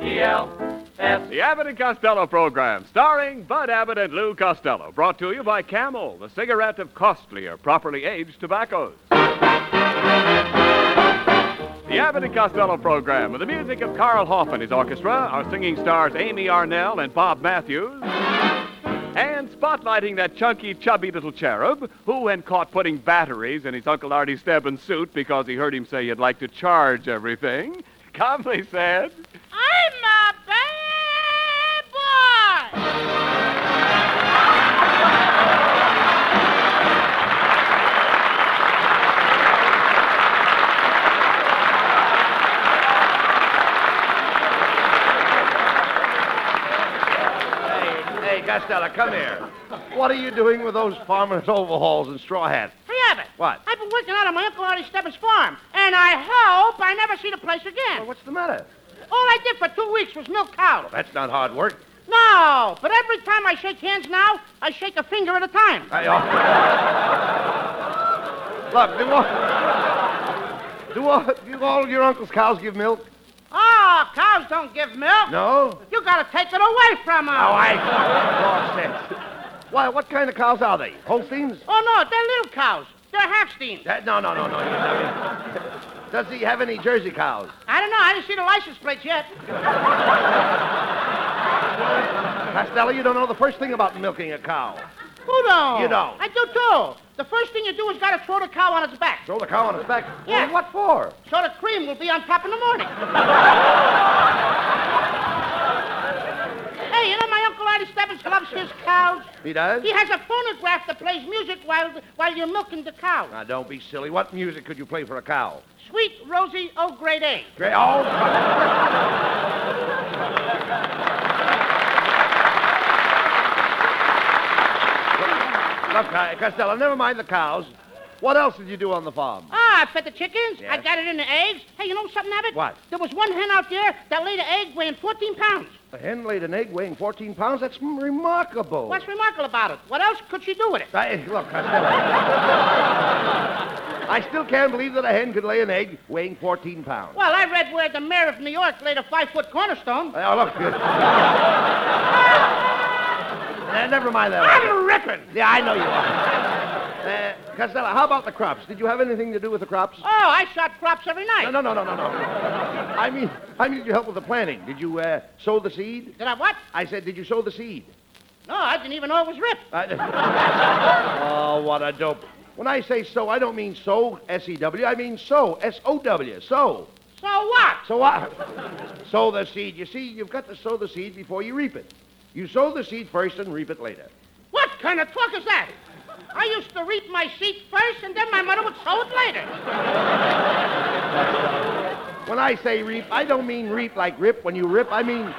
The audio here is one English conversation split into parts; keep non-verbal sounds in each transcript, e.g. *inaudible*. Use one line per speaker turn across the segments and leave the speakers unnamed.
L F
The Abbott and Costello program, starring Bud Abbott and Lou Costello, brought to you by Camel, the cigarette of costlier, properly aged tobaccos. The Abbott and Costello program, with the music of Carl Hoff and his orchestra, our singing stars Amy Arnell and Bob Matthews, and spotlighting that chunky, chubby little cherub who, when caught putting batteries in his Uncle Artie Stebbins' suit because he heard him say he'd like to charge everything, *laughs* calmly said.
I'm a bad boy.
Hey, hey, Costello, come here. What are you doing with those farmer's *laughs* overalls and straw hats?
Hey, Abbott.
What?
I've been working out on my Uncle Artie Stebbins' farm, and I hope I never see the place again.
Well, what's the matter?
All I did for two weeks was milk cows.
That's not hard work.
No, but every time I shake hands now, I shake a finger at a time.
I, *laughs* oh. Look, do all, do all, do all your uncle's cows give milk?
Oh, cows don't give milk.
No.
You gotta take it away from them.
Oh, I. Nonsense. Why? What kind of cows are they? Holsteins?
Oh, no, they're little cows. They're half steams.
That, no, no, no, no. you haven't. Does he have any Jersey cows?
I don't know. I didn't see the license plates yet.
*laughs* Costello, you don't know the first thing about milking a cow.
Who don't?
You don't.
I do too. The first thing you do is gotta throw the cow on its back.
Throw the cow on its back.
Yeah.
Well, what for?
So the cream will be on top in the
*laughs*
morning. hey, you know my Uncle Artie Stebbins loves his cows?
He does?
He has a phonograph that plays music while, while you're milking the cow.
Now, don't be silly. What music could you play for a cow?
Sweet Rosie O Grade A.
Great. Oh, look, uh, Costello, never mind the cows. What else did you do on the farm?
*laughs* Ah, I fed the chickens. I
Yes.
got it in the eggs. Hey, you know something, Abbott?
What?
There was one hen out there that laid an egg weighing 14 pounds.
The hen laid an egg weighing 14 pounds. That's m- remarkable.
What's remarkable about it? What else could she do with it?
I, *laughs* look, Costello. I still can't believe that a hen could lay an egg weighing 14 pounds.
Well, I read where the mayor of New York laid a five-foot cornerstone.
Oh, look. Uh, never mind that.
I'm ripping.
Yeah, I know you are. Uh, Costello, how about the crops? Did you have anything to do with the crops?
Oh, I shot crops every night.
No, no, no, no, no, no. I mean, I mean, did you help with the planting? Did you uh, sow the seed?
Did I what?
I said, did you sow the seed?
No, I didn't even know it was ripped.
I... oh, what a dope. When I say sow, I don't mean sow, S-E-W. I mean sow, S-O-W, sow.
So what?
So what? sow the seed. You see, you've got to sow the seed before you reap it. You sow the seed first and reap it later.
*laughs* What kind of talk is that? I used to reap my seed first, and then my mother would sow it later.
When I say reap, I don't mean reap like rip when you rip. I mean,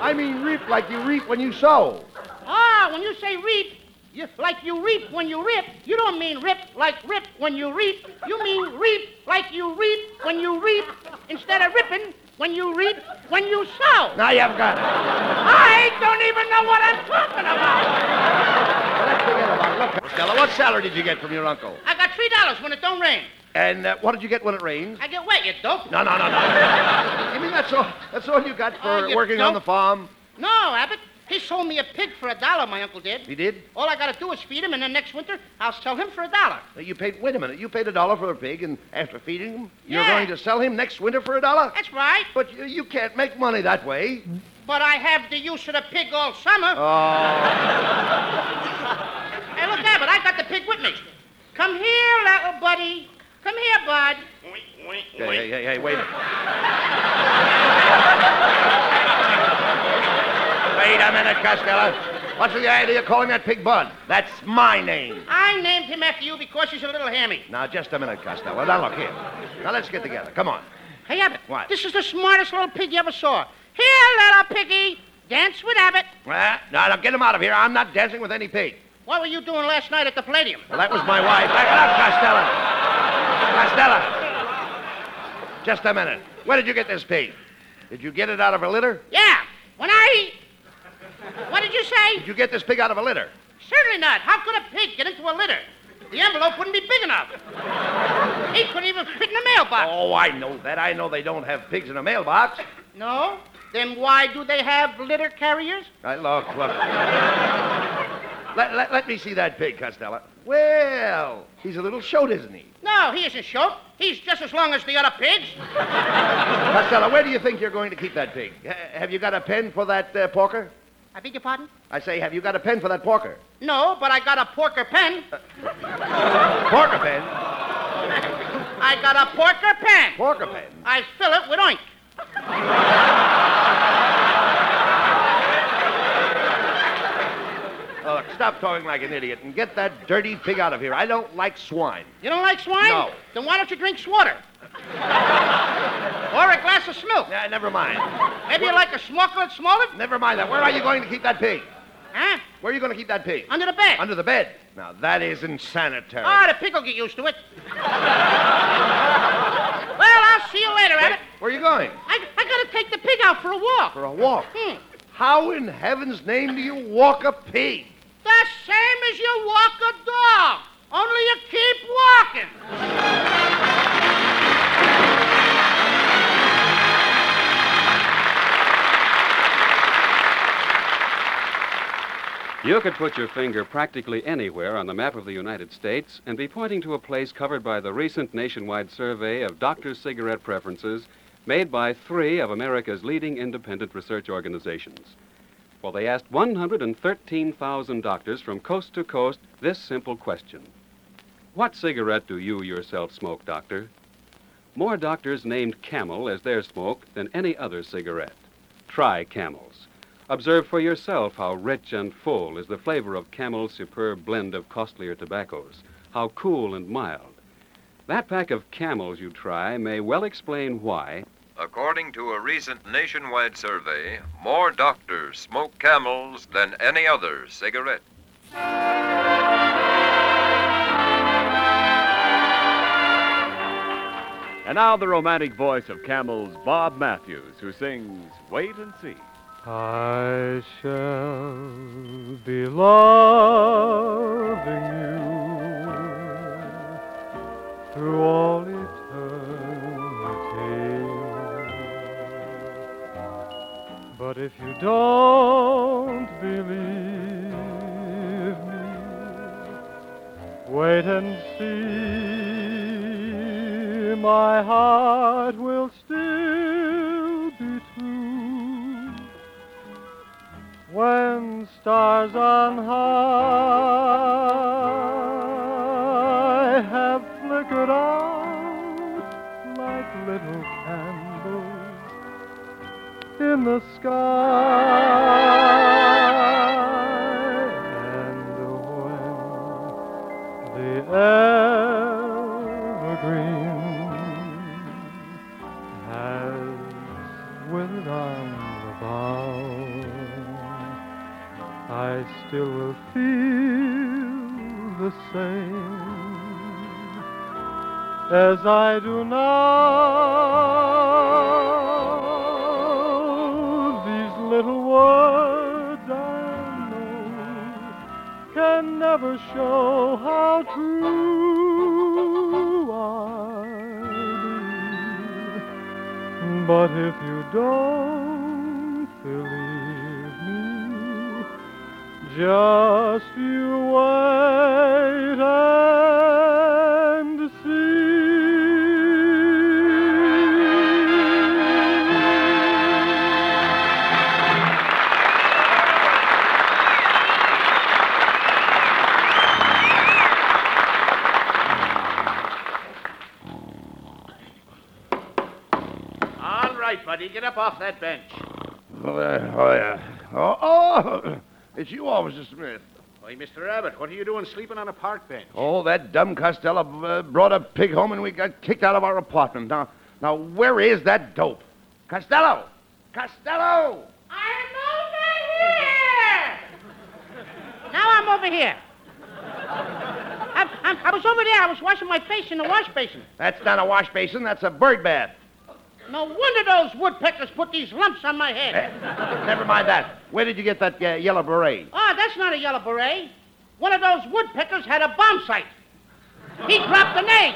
I mean reap like you reap when you sow.
Ah, when you say reap, you, like you reap when you rip, you don't mean rip like rip when you reap. You mean reap like you reap when you reap, instead of ripping when you reap when you sow.
Now you've got it.
I don't even know what I'm talking about.
Let's forget about it. Look, Stella, what salary did you get from your uncle?
I got three dollars when it don't rain.
And uh, what did you get when it rains?
I get wet, you dope.
No, no, no, no. you mean that's all? That's all you got for
Oh, you
working on
dope.
the farm?
No, Abbott. He sold me a pig for a dollar, my uncle did.
He did.
All I gotta do is feed him, and then next winter I'll sell him for a dollar.
Uh, You paid. Wait a minute. You paid a dollar for a pig, and after feeding him, you're
Yeah.
going to sell him next winter for a dollar.
That's right. Mm.
But you, you can't make money that way.
But I have the use of the pig all summer.
Oh,
Hey, look, Abbott, I got the pig with me. Come here, little buddy. Come here, bud.
hey, hey, hey, hey, wait a minute. wait a minute, Costello. What's the idea of calling that pig Bud? That's my name.
I named him after you because he's a little hammy.
Now, just a minute, Costello. Now, look here. Now, let's get together. Come on.
Hey, Abbott.
What?
This is the smartest little pig you ever saw. Here, little piggy. Dance with Abbott.
Well, now, now, get him out of here. I'm not dancing with any pig.
What were you doing last night at the Palladium?
Well, that was my wife. Back it up, Costello. Costello. Just a minute. Where did you get this pig? Did you get it out of a litter?
Yeah. When I. What did you say?
Did you get this pig out of a litter?
Certainly not. How could a pig get into a litter? The envelope wouldn't be big enough. He couldn't even fit in a mailbox.
Oh, I know that. I know they don't have pigs in a mailbox.
No? Then why do they have litter carriers?
I look, look. let, let, let me see that pig, Costello. Well, he's a little shoat, isn't he?
No, he isn't short. He's just as long as the other pigs.
Costello, where do you think you're going to keep that pig? H- have you got a pen for that uh, porker?
I beg your pardon?
I say, have you got a pen for that porker?
No, but I got a porker pen.
Porker pen?
I got a porker pen.
Porker pen?
I fill it with
*laughs*
oink.
Oh, look, stop talking like an idiot and get that dirty pig out of here. I don't like swine.
You don't like swine?
No.
Then why don't you drink swatter? or a glass of smoke?
Nah, never mind.
Maybe you like a smoker and smoke it?
Never mind that. Where are you going to keep that pig?
Huh?
Where are you going to keep that pig?
Under the bed.
Under the bed. Now, that is insanitary.
Ah, the pig will get used to it. well, I'll see you later, Abbott.
Where are you going?
I, I gotta take the pig out for a walk.
For a walk.
Hmm.
How in heaven's name do you walk a pig?
The same as you walk a dog, only you keep walking.
You could put your finger practically anywhere on the map of the United States and be pointing to a place covered by the recent nationwide survey of doctors' cigarette preferences made by three of America's leading independent research organizations. Well, they asked 113,000 doctors from coast to coast this simple question What cigarette do you yourself smoke, doctor? More doctors named Camel as their smoke than any other cigarette. Try Camels. Observe for yourself how rich and full is the flavor of Camel's superb blend of costlier tobaccos, how cool and mild. That pack of Camels you try may well explain why
According to a recent nationwide survey, more doctors smoke camels than any other cigarette.
And now the romantic voice of Camel's Bob Matthews, who sings Wait and See.
I shall be loving you through all eternity. But if you don't believe me, wait and see. My heart will still be true when stars on high have flickered out like little candles in the sky. And when the evergreen has withered on the bough. I still will feel the same as I do now. These little words I
Mm.
know can never show how true I believe. But if you don't believe me, just you wait and see.
All right, buddy, get up off that bench.
Oh, yeah. Oh, yeah. Oh, oh, it's you, Officer Smith.
Hey, Mr. Abbott, what are you doing sleeping on a park bench?
Oh, that dumb Costello uh, brought a pig home and we got kicked out of our apartment. Now, now, where is that dope? Costello! Costello!
I'm over here! now I'm over here. I, I, I was over there. I was washing my face in the wash basin.
That's not a wash basin. That's a bird bath.
No wonder those woodpeckers put these lumps on my
Eh,
head.
never mind that. Where did you get that uh, yellow beret?
Ah, that's not a yellow beret. One of those woodpeckers had a bomb sight. He dropped an egg.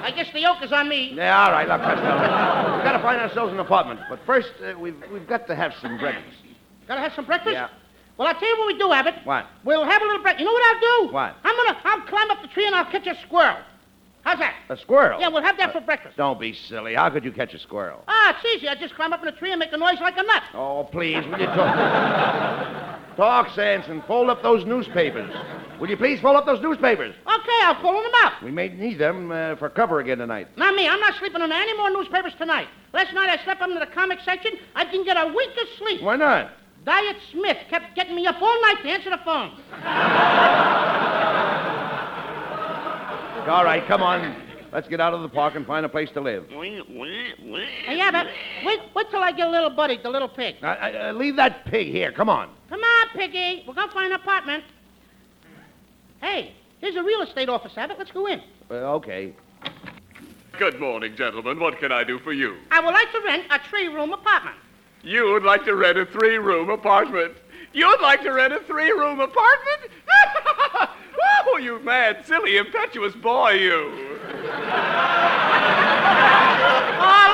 I guess the yoke is on me.
Yeah, all right, look, Costello. We've got to find ourselves an apartment. But first, uh, we've, we've got to have some breakfast.
Gotta have some breakfast?
Yeah.
Well, I'll tell you what we do, Abbott.
What?
We'll have a little break. You know what I'll do?
What?
I'm gonna, I'll climb up the tree and I'll catch a squirrel. How's that?
A squirrel? Uh,
Yeah, we'll have that for breakfast.
Don't be silly. How could you catch a squirrel?
Ah, it's easy. I just climb up in a tree and make a noise like a nut.
Oh, please, will you talk?
*laughs*
talk sense and fold up those newspapers. Will you please fold up those newspapers?
Okay, I'll pull them out.
We may need them uh, for cover again tonight.
Not me. I'm not sleeping on any more newspapers tonight. Last night I slept up in the comic section. I didn't get a wink of sleep.
Why not?
Diet Smith kept getting me up all night to answer the phone.
All right, come on. Let's get out of the park and find a place to live.
Hey, Abbott, wait, wait till I get a little buddy, the little pig.
Uh, uh, leave that pig here. Come on.
Come on, piggy. We're going to find an apartment. Hey, here's a real estate office, Abbott. Let's go in.
Uh, okay.
Good morning, gentlemen. What can I do for you?
I would like to rent a three-room apartment.
You would like to rent a three room apartment. You would like to rent a three room apartment? *laughs* oh, you mad, silly, impetuous boy, you.
All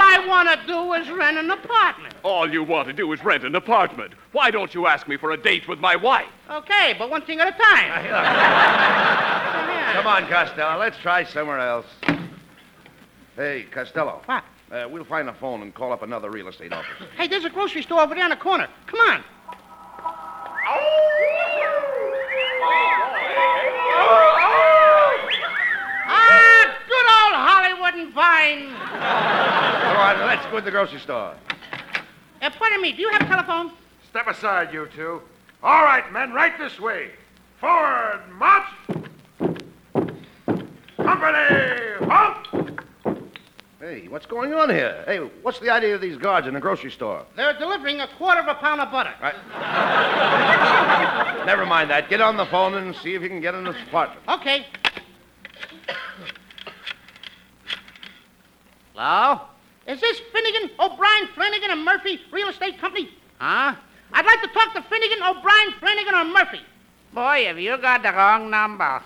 I want to do is rent an apartment.
All you want to do is rent an apartment. Why don't you ask me for a date with my wife?
Okay, but one thing at a time.
Hey, look.
Yeah.
Come on, Costello. Let's try somewhere else. Hey, Costello.
What?
Uh, we'll find a phone and call up another real estate office.
Hey, there's a grocery store over there on the corner. Come on. Ah, good old Hollywood and Vine.
Come on, let's go to the grocery store.
Uh, pardon me, do you have a telephone?
Step aside, you two. All right, men, right this way. Forward, march! Company, halt!
Hey, what's going on here? Hey, what's the idea of these guards in the grocery store?
They're delivering a quarter of a pound of butter. *laughs*
Never mind that. Get on the phone and see if you can get an apartment.
Okay.
Hello?
Is this Finnegan, O'Brien, Flanagan, and Murphy Real Estate Company?
Huh?
I'd like to talk to Finnegan, O'Brien, Flanagan, or Murphy.
Boy, have you got the wrong number.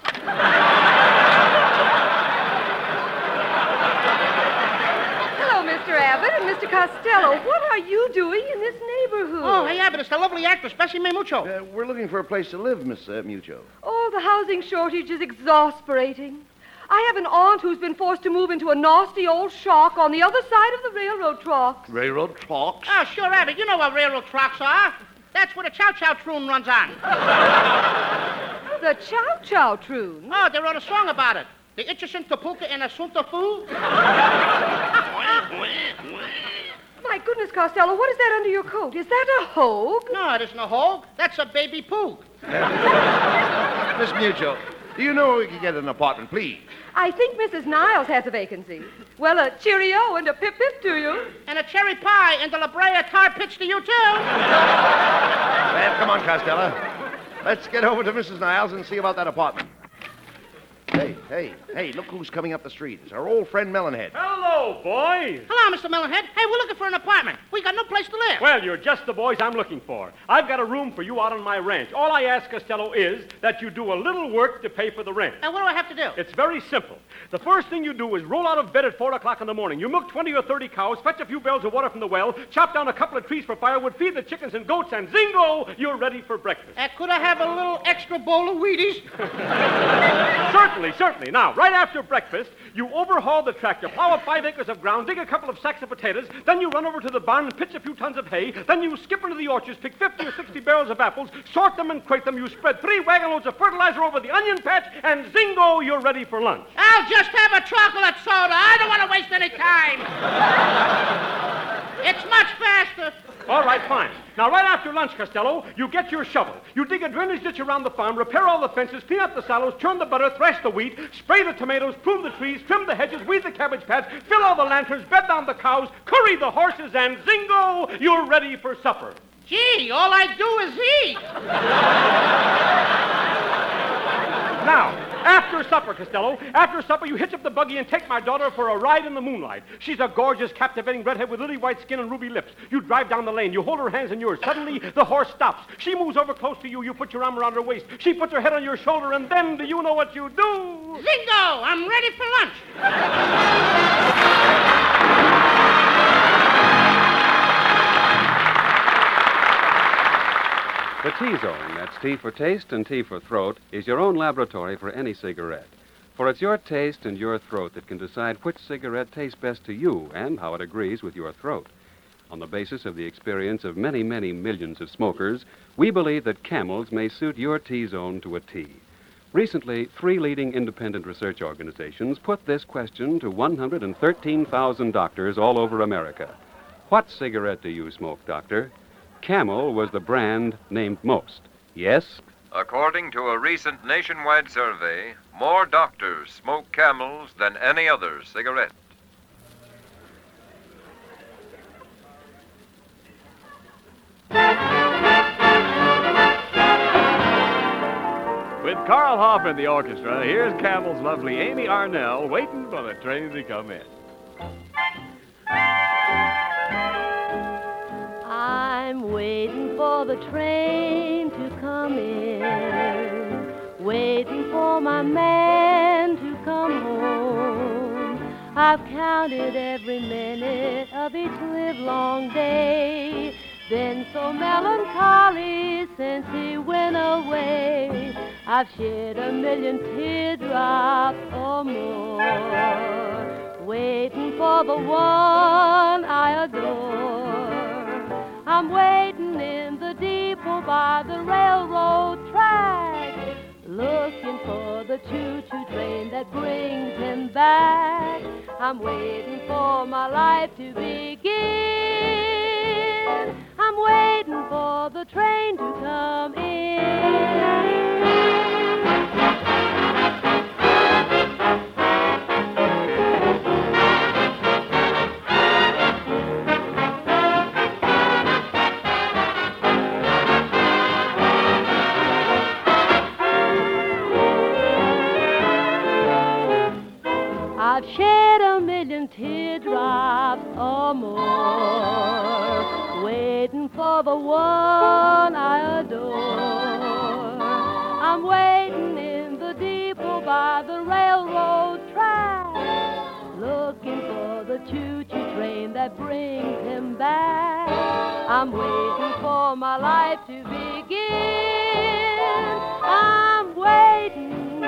Hello, Mr. Abbott and Mr. Costello. What are you doing in this neighborhood?
Oh, hey, Abbott, it's the lovely actress, Bessie May Mucho.
Uh, we're looking for a place to live, Miss uh, Mucho.
Oh, the housing shortage is exasperating. I have an aunt who's been forced to move into a nasty old shack on the other side of the railroad tracks.
Railroad talks.
Oh, sure, Abbott, you know what railroad tracks are. That's where the Chow Chow Troon runs on.
*laughs* The Chow Chow Troon.
Oh, they wrote a song about it. The Itchison Tapuka and Asunta Fu.
My goodness, Costello, what is that under your coat? Is that a hogue?
No, it isn't a hog. That's a baby poog.
*laughs* Miss Mucho, do you know where we can get an apartment, please?
I think Mrs. Niles has a vacancy. Well, a cheerio and a pip pip to you.
And a cherry pie and the La Brea tar pitch to you, too. *laughs*
Well, come on, Costello. Let's get over to Mrs. Niles and see about that apartment. Hey, hey, hey, look who's coming up the street. It's our old friend Melonhead.
Hello, boys.
Hello, Mr. Melonhead. Hey, we're looking for an apartment. We got no place to live.
Well, you're just the boys I'm looking for. I've got a room for you out on my ranch. All I ask, Costello, is that you do a little work to pay for the rent.
And what do I have to do?
It's very simple. The first thing you do is roll out of bed at 4 o'clock in the morning. You milk 20 or 30 cows, fetch a few barrels of water from the well, chop down a couple of trees for firewood, feed the chickens and goats, and zingo, you're ready for breakfast.
Uh, could I have a little extra bowl of Wheaties?
*laughs* certainly, certainly. Now, right after breakfast, you overhaul the tractor, plow up five acres of ground, dig a couple of sacks of potatoes, then you run over to the barn and pitch a few tons of hay, then you skip into the orchards, pick 50 or 60 barrels of apples, sort them and crate them, you spread three wagon loads of fertilizer over the onion patch, and zingo, you're ready for lunch.
I'll just have a chocolate soda. I don't want to waste any time. it's much faster.
All right, fine. Now, right after lunch, Costello, you get your shovel. You dig a drainage ditch around the farm, repair all the fences, clean up the sallows, churn the butter, thresh the wheat, spray the tomatoes, prune the trees, trim the hedges, weed the cabbage patch, fill all the lanterns, bed down the cows, curry the horses, and zingo, you're ready for supper.
Gee, all I do is eat.
Now, After supper, Costello, after supper, you hitch up the buggy and take my daughter for a ride in the moonlight. She's a gorgeous, captivating redhead with lily white skin and ruby lips. You drive down the lane. You hold her hands in yours. Suddenly, the horse stops. She moves over close to you. You put your arm around her waist. She puts her head on your shoulder, and then do you know what you do?
Zingo, I'm ready for lunch.
The T Zone, that's T for taste and T for throat, is your own laboratory for any cigarette. For it's your taste and your throat that can decide which cigarette tastes best to you and how it agrees with your throat. On the basis of the experience of many, many millions of smokers, we believe that camels may suit your T zone to a T. Recently, three leading independent research organizations put this question to 113,000 doctors all over America. What cigarette do you smoke, doctor? Camel was the brand named most. Yes,
According to a recent nationwide survey, more doctors smoke camels than any other cigarette.
With Carl Hoff and the orchestra, here's Campbell's lovely Amy Arnell waiting for the train to come in.
I'm waiting for the train to come in, waiting for my man to come home. I've counted every minute of each livelong day, been so melancholy since he went away. I've shed a million teardrops or more, waiting for the one I adore. I'm waiting in the depot by the railroad track, looking for the choo-choo train that brings him back. I'm waiting for my life to begin. I'm waiting for the train to come in. I've shed a million teardrops or more, waiting for the one I adore. I'm waiting in the depot by the railroad track, looking for the choo-choo train that brings him back. I'm waiting for my life to begin. I'm waiting,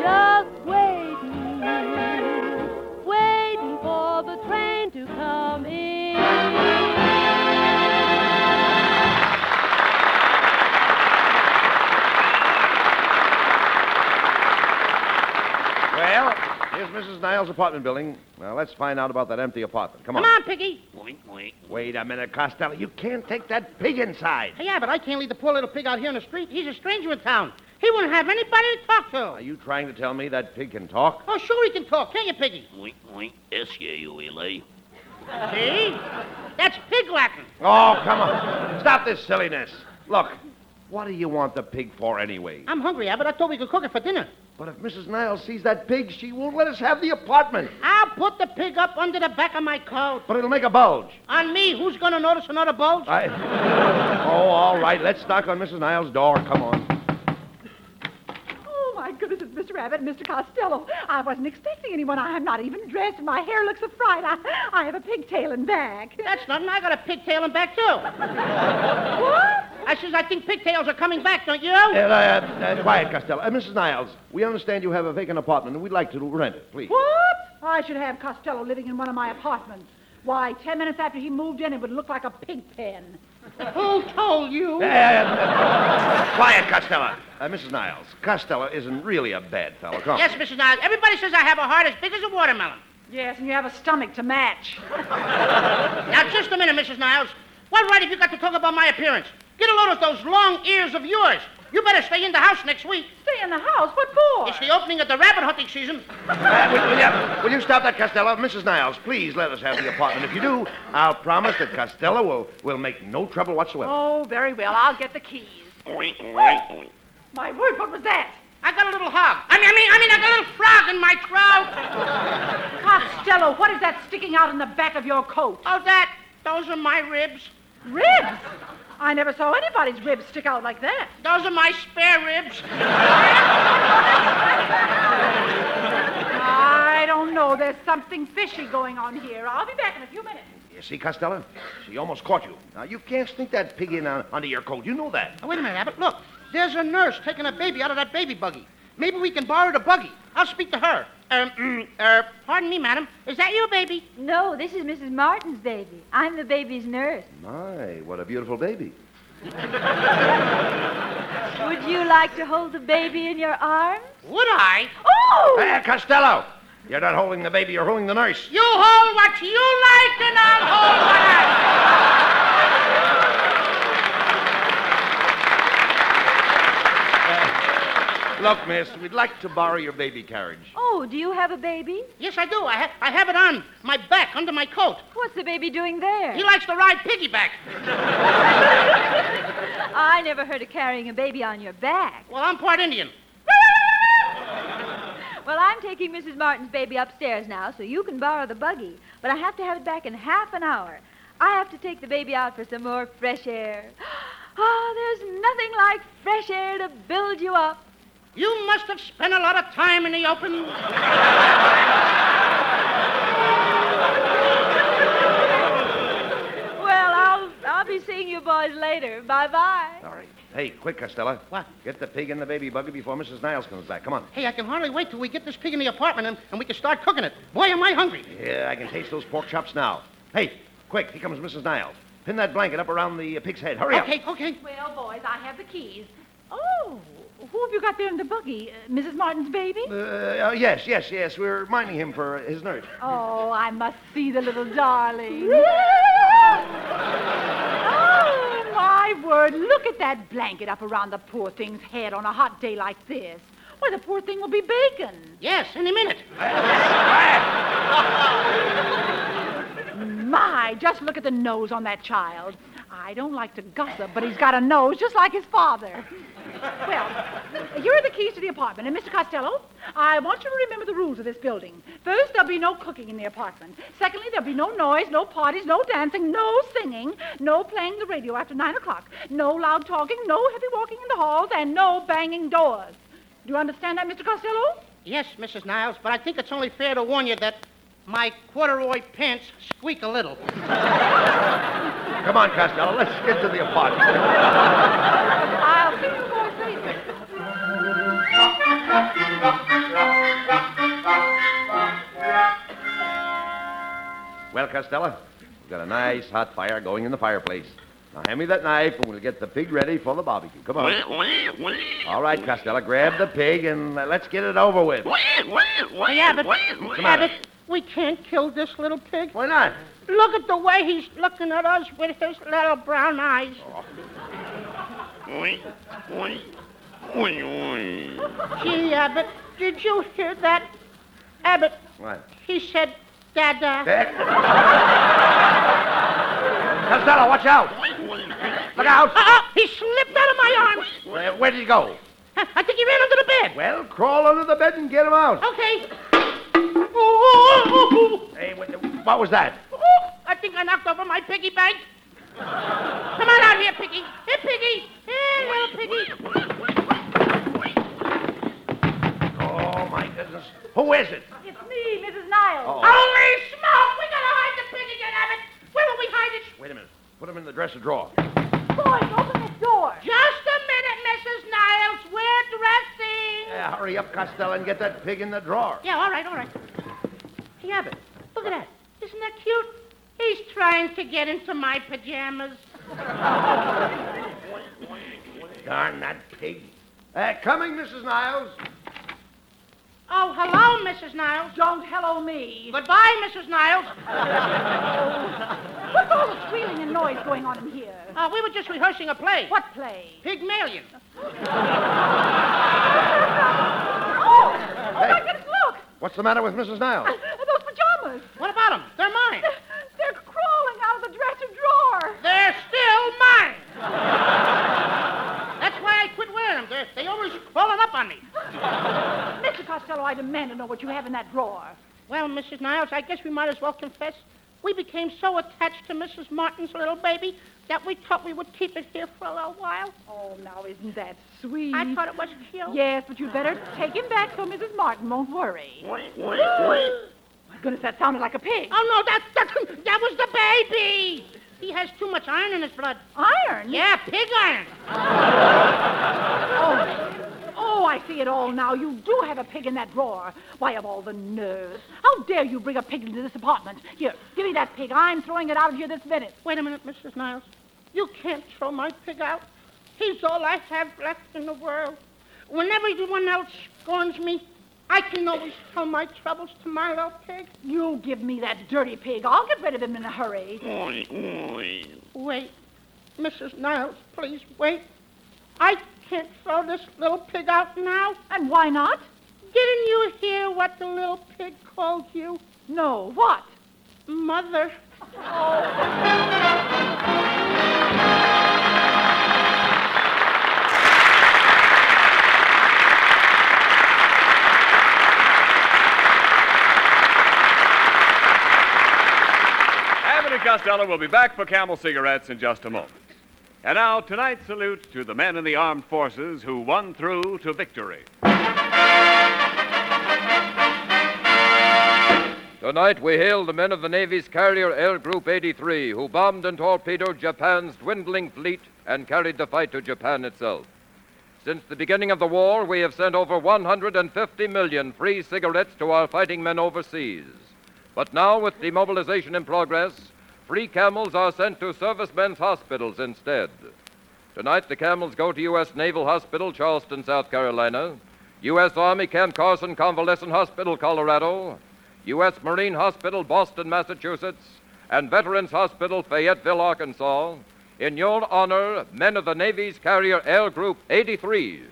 just waiting waiting for the train to come in.
Well, here's Mrs. Niles' apartment building. Now, let's find out about that empty apartment. Come on.
Come on, Piggy.
Wait, wait. Wait a minute, Costello. You can't take that pig inside.
Hey, yeah, but I can't leave the poor little pig out here in the street. He's a stranger in town. He wouldn't have anybody to talk to.
Are you trying to tell me that pig can talk?
Oh, sure he can talk, can't you, Piggy?
Wink, wink,
é
S-U-L-E.
See? That's pig Latin.
Oh, come on. Stop this silliness. Look, what do you want the pig for anyway?
I'm hungry, Abbott. I thought we could cook it for dinner.
But if Mrs. Niles sees that pig, she won't let us have the apartment.
I'll put the pig up under the back of my coat.
But it'll make a bulge.
On me, who's going to notice another bulge?
I... *laughs* Oh, all right. Let's knock on Mrs. Niles' door. Come on.
Oh, my goodness, it's Mr. Abbott, Mr. Costello. I wasn't expecting anyone. I am not even dressed, and my hair looks a fright. I, I have a pigtail and back.
That's nothing. I got a pigtail and
*laughs*
back, too.
what?
I says I think pigtails are coming back, don't you?
Uh, uh, uh, quiet, Costello. Uh, Mrs. Niles, we understand you have a vacant apartment, and we'd like to rent it, please.
What? I should have Costello living in one of my apartments. Why, ten minutes after he moved in, it would look like a pig pen.
Who told you?
Uh, uh, quiet, Costello. Uh, Mrs. Niles, Costello isn't really a bad fellow. Come.
Yes, Mrs. Niles. Everybody says I have a heart as big as a watermelon.
Yes, and you have a stomach
*laughs*
to match.
Now, just a minute, Mrs. Niles. What right have you got to talk about my appearance? Get a load of those long ears of yours. You better stay in the house next week.
Stay in the house? What for?
It's the opening of the rabbit hunting season.
Uh, will, will you, will you stop that, Costello? Mrs. Niles, please let us have the apartment. If you do, I'll promise that Costello will, will make no trouble whatsoever.
Oh, very well. I'll get the keys.
Wink, wink, wink.
My word, what was that?
I got a little hog. I mean, I mean, I mean, I got a little frog in my trout.
Costello, what is that sticking out in the back of your coat?
Oh, that. Those are my ribs.
Ribs? I never saw anybody's ribs stick out like that.
Those are my spare ribs.
I don't know. There's something fishy going on here. I'll be back in a few minutes.
You see, Costello? She almost caught you. Now, you can't sneak that pig in uh, under your coat. You know that.
Oh, wait a minute, Abbott. Look, there's a nurse taking a baby out of that baby buggy. Maybe we can borrow the buggy. I'll speak to her. Um, mm, er, pardon me, madam. Is that your baby?
No, this is Mrs. Martin's baby. I'm the baby's nurse.
My, what a beautiful baby.
Would you like to hold the baby in your arms?
Would I?
Oh!
Hey, Uh, Costello! You're not holding the baby, you're holding the nurse.
You hold what you like, and I'll hold what I
Look, miss, we'd like to borrow your baby carriage.
Oh, do you have a baby?
Yes, I do. I, ha- I have it on my back, under my coat.
What's the baby doing there?
He likes to ride piggyback. *laughs*
I never heard of carrying a baby on your back.
Well, I'm part Indian.
Well, I'm taking Mrs. Martin's baby upstairs now, so you can borrow the buggy. But I have to have it back in half an hour. I have to take the baby out for some more fresh air. *gasps* Oh, there's nothing like fresh air to build you up.
You must have spent a lot of time in the open.
Well, I'll, I'll be seeing you boys later. Bye bye.
All right. Hey, quick, Costello.
What?
Get the pig in the baby buggy before Mrs. Niles comes back. Come on.
Hey, I can hardly wait till we get this pig in the apartment and, and we can start cooking it. Boy, am I hungry.
Yeah, I can taste those pork chops now. Hey, quick, here comes Mrs. Niles. Pin that blanket up around the uh, pig's head. Hurry up.
Okay, okay.
Well, boys, I have the keys. Oh, who have you got there in the buggy? Uh, Mrs. Martin's baby?
Uh, uh, yes, yes, yes. We're minding him for uh, his nurse.
Oh, I must see the little darling. oh, my word. Look at that blanket up around the poor thing's head on a hot day like this. Why, the poor thing will be bacon.
Yes, any minute.
My, just look at the nose on that child. I don't like to gossip, but he's got a nose just like his father. Well, here are the keys to the apartment. And, Mr. Costello, I want you to remember the rules of this building. First, there'll be no cooking in the apartment. Secondly, there'll be no noise, no parties, no dancing, no singing, no playing the radio after 9 o'clock, no loud talking, no heavy walking in the halls, and no banging doors. Do you understand that, Mr. Costello?
Yes, Mrs. Niles, but I think it's only fair to warn you that my corduroy pants squeak a little.
Come on, Costello. Let's get to the apartment.
I'll see you boys later.
Well, Costello, we've got a nice hot fire going in the fireplace. Now hand me that knife, and we'll get the pig ready for the barbecue. Come on. All right, Costello, grab the pig and uh, let's get it over with.
Hey, Abbott,
Come on.
Abbott, we can't kill this little pig.
Why not?
Look at the way he's looking at us with his little brown eyes.
Oh.
Gee, Abbott, did you hear that? Abbott,
What?
he said, uh, Dada.
Costello, watch out! Look out!
Uh-oh, Uh, he slipped out of my arms.
Where, where did he go?
Huh, I think he ran under the bed.
Well, crawl under the bed and get him out.
Okay. Ooh, ooh, ooh, ooh, ooh.
Hey, what, Oh. what was that?
Ooh, I think I knocked over my piggy bank. Come on out here, piggy. Here, piggy. Here, little piggy.
Oh, my goodness. Who is it?
It's me, Mrs. Niles.
Holy smoke! We gotta hide the pig again, Abbott. Where will we hide it?
Wait a minute. Put him in the dresser drawer.
Boys, open that door.
Just a minute, Mrs. Niles. We're dressing.
Yeah, hurry up, Costello, and get that pig in the drawer.
Yeah, all right, all right. Hey, Abbott, look at that. Isn't that cute? He's trying to get into my pajamas.
Darn that pig. Uh, coming, Mrs. Niles.
Oh, hello, Mrs. Niles.
Don't hello me.
Goodbye, Mrs. Niles.
What's all the squealing and noise going on in here?
Uh, we were just rehearsing a play.
What play? *laughs*
Pygmalion.
Oh, oh my goodness, look!
What's the matter with Mrs. Niles?
*laughs* Those pajamas!
What about them? They're mine.
They're crawling out of the dresser drawer!
They're still mine. That's why I quit wearing them. They're, they always crawling up on me.
man to know what you have in that drawer.
Well, Mrs. Niles, I guess we might as well confess we became so attached to Mrs. Martin's little baby that we thought we would keep it here for a little while.
Oh, now isn't that sweet?
I thought it was cute.
Yes, but you'd better take him back so Mrs. Martin won't worry. *gasps* My goodness, that sounded like a pig.
Oh, no, that, that, that was the baby. He has too much iron in his blood.
Iron?
Yeah, pig iron.
Oh, oh, I see it all now. You do have a pig in that drawer. Why, of all the nerves. How dare you bring a pig into this apartment? Here, give me that pig. I'm throwing it out of here this minute.
Wait a minute, Mrs. Niles. You can't throw my pig out. He's all I have left in the world. When everyone else scorns me, I can always tell my troubles to my little pig.
You give me that dirty pig. I'll get rid of him in a hurry.
Wait, Mrs. Niles, please wait. I can't throw this little pig out now.
And why not?
Didn't you hear what the little pig called you?
No, what?
Mother.
Abbott and Costello will be back for Camel cigarettes in just a moment. And now, tonight's salute to the men in the armed forces who won through to victory.
Tonight we hail the men of the Navy's carrier Air Group 83 who bombed and torpedoed Japan's dwindling fleet and carried the fight to Japan itself. Since the beginning of the war, we have sent over 150 million free cigarettes to our fighting men overseas. But now, with demobilization in progress, free camels are sent to servicemen's hospitals instead. Tonight, the camels go to U.S. Naval Hospital, Charleston, South Carolina, U.S. Army Camp Carson Convalescent Hospital, Colorado, U.S. Marine Hospital, Boston, Massachusetts, and Veterans Hospital, Fayetteville, Arkansas, in your honor, men of the Navy's Carrier Air Group 83.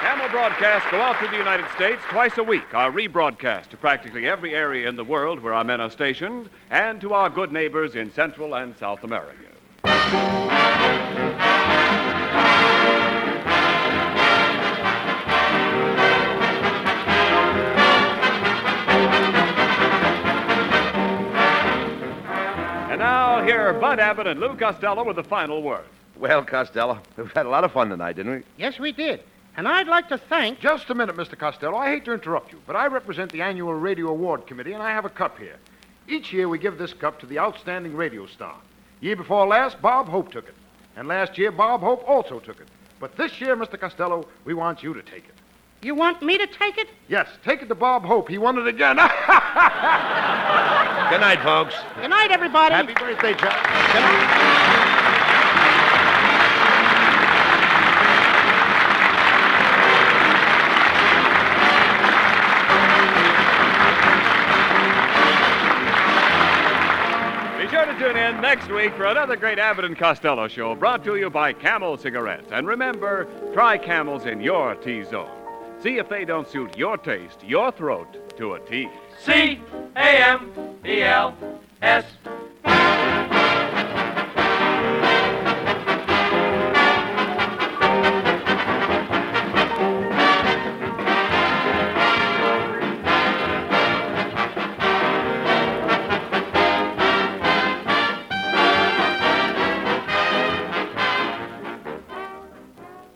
Camel broadcasts go out to the United States twice a week, are rebroadcast to practically every area in the world where our men are stationed, and to our good neighbors in Central and South America. And now, here are Bud Abbott and Lou Costello with the final word.
Well, Costello, we've had a lot of fun tonight, didn't we?
Yes, we did. And I'd like to thank.
Just a minute, Mr. Costello. I hate to interrupt you, but I represent the annual Radio Award Committee, and I have a cup here. Each year, we give this cup to the outstanding radio star. Year before last, Bob Hope took it. And last year, Bob Hope also took it. But this year, Mr. Costello, we want you to take it.
You want me to take
*laughs*
it?
Yes, take it to Bob Hope. He won it again. *laughs*
Good night, folks.
Good night, everybody.
Happy birthday, Chuck.
Be sure to tune in next week for another great Abbott and Costello show brought to you by Camel Cigarettes. And remember, try Camels in your T zone. See if they don't suit your taste, your throat, to a T.
C A M E L S.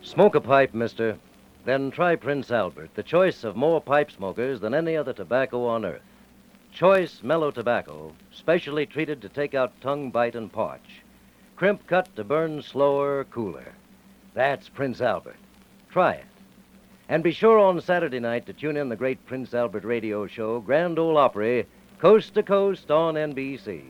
Smoke a pipe, mister. Then try Prince Albert, the choice of more pipe smokers than any other tobacco on earth. Choice mellow tobacco, specially treated to take out tongue bite and parch. Crimp cut to burn slower, cooler. That's Prince Albert. Try it. And be sure on Saturday night to tune in the great Prince Albert radio show, Grand Ole Opry, coast to coast on NBC.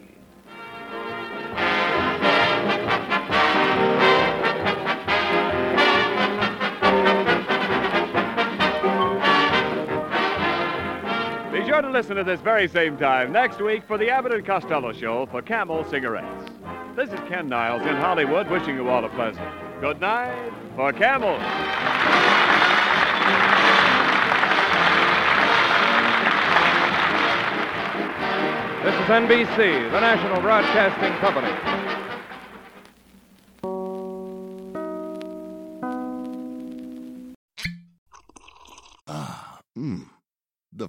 Be sure to listen at this very same time next week for the Abbott and Costello show for Camel Cigarettes. This is Ken Niles in Hollywood wishing you all a pleasant good night for Camel.
This is NBC, the national broadcasting company. Mmm. The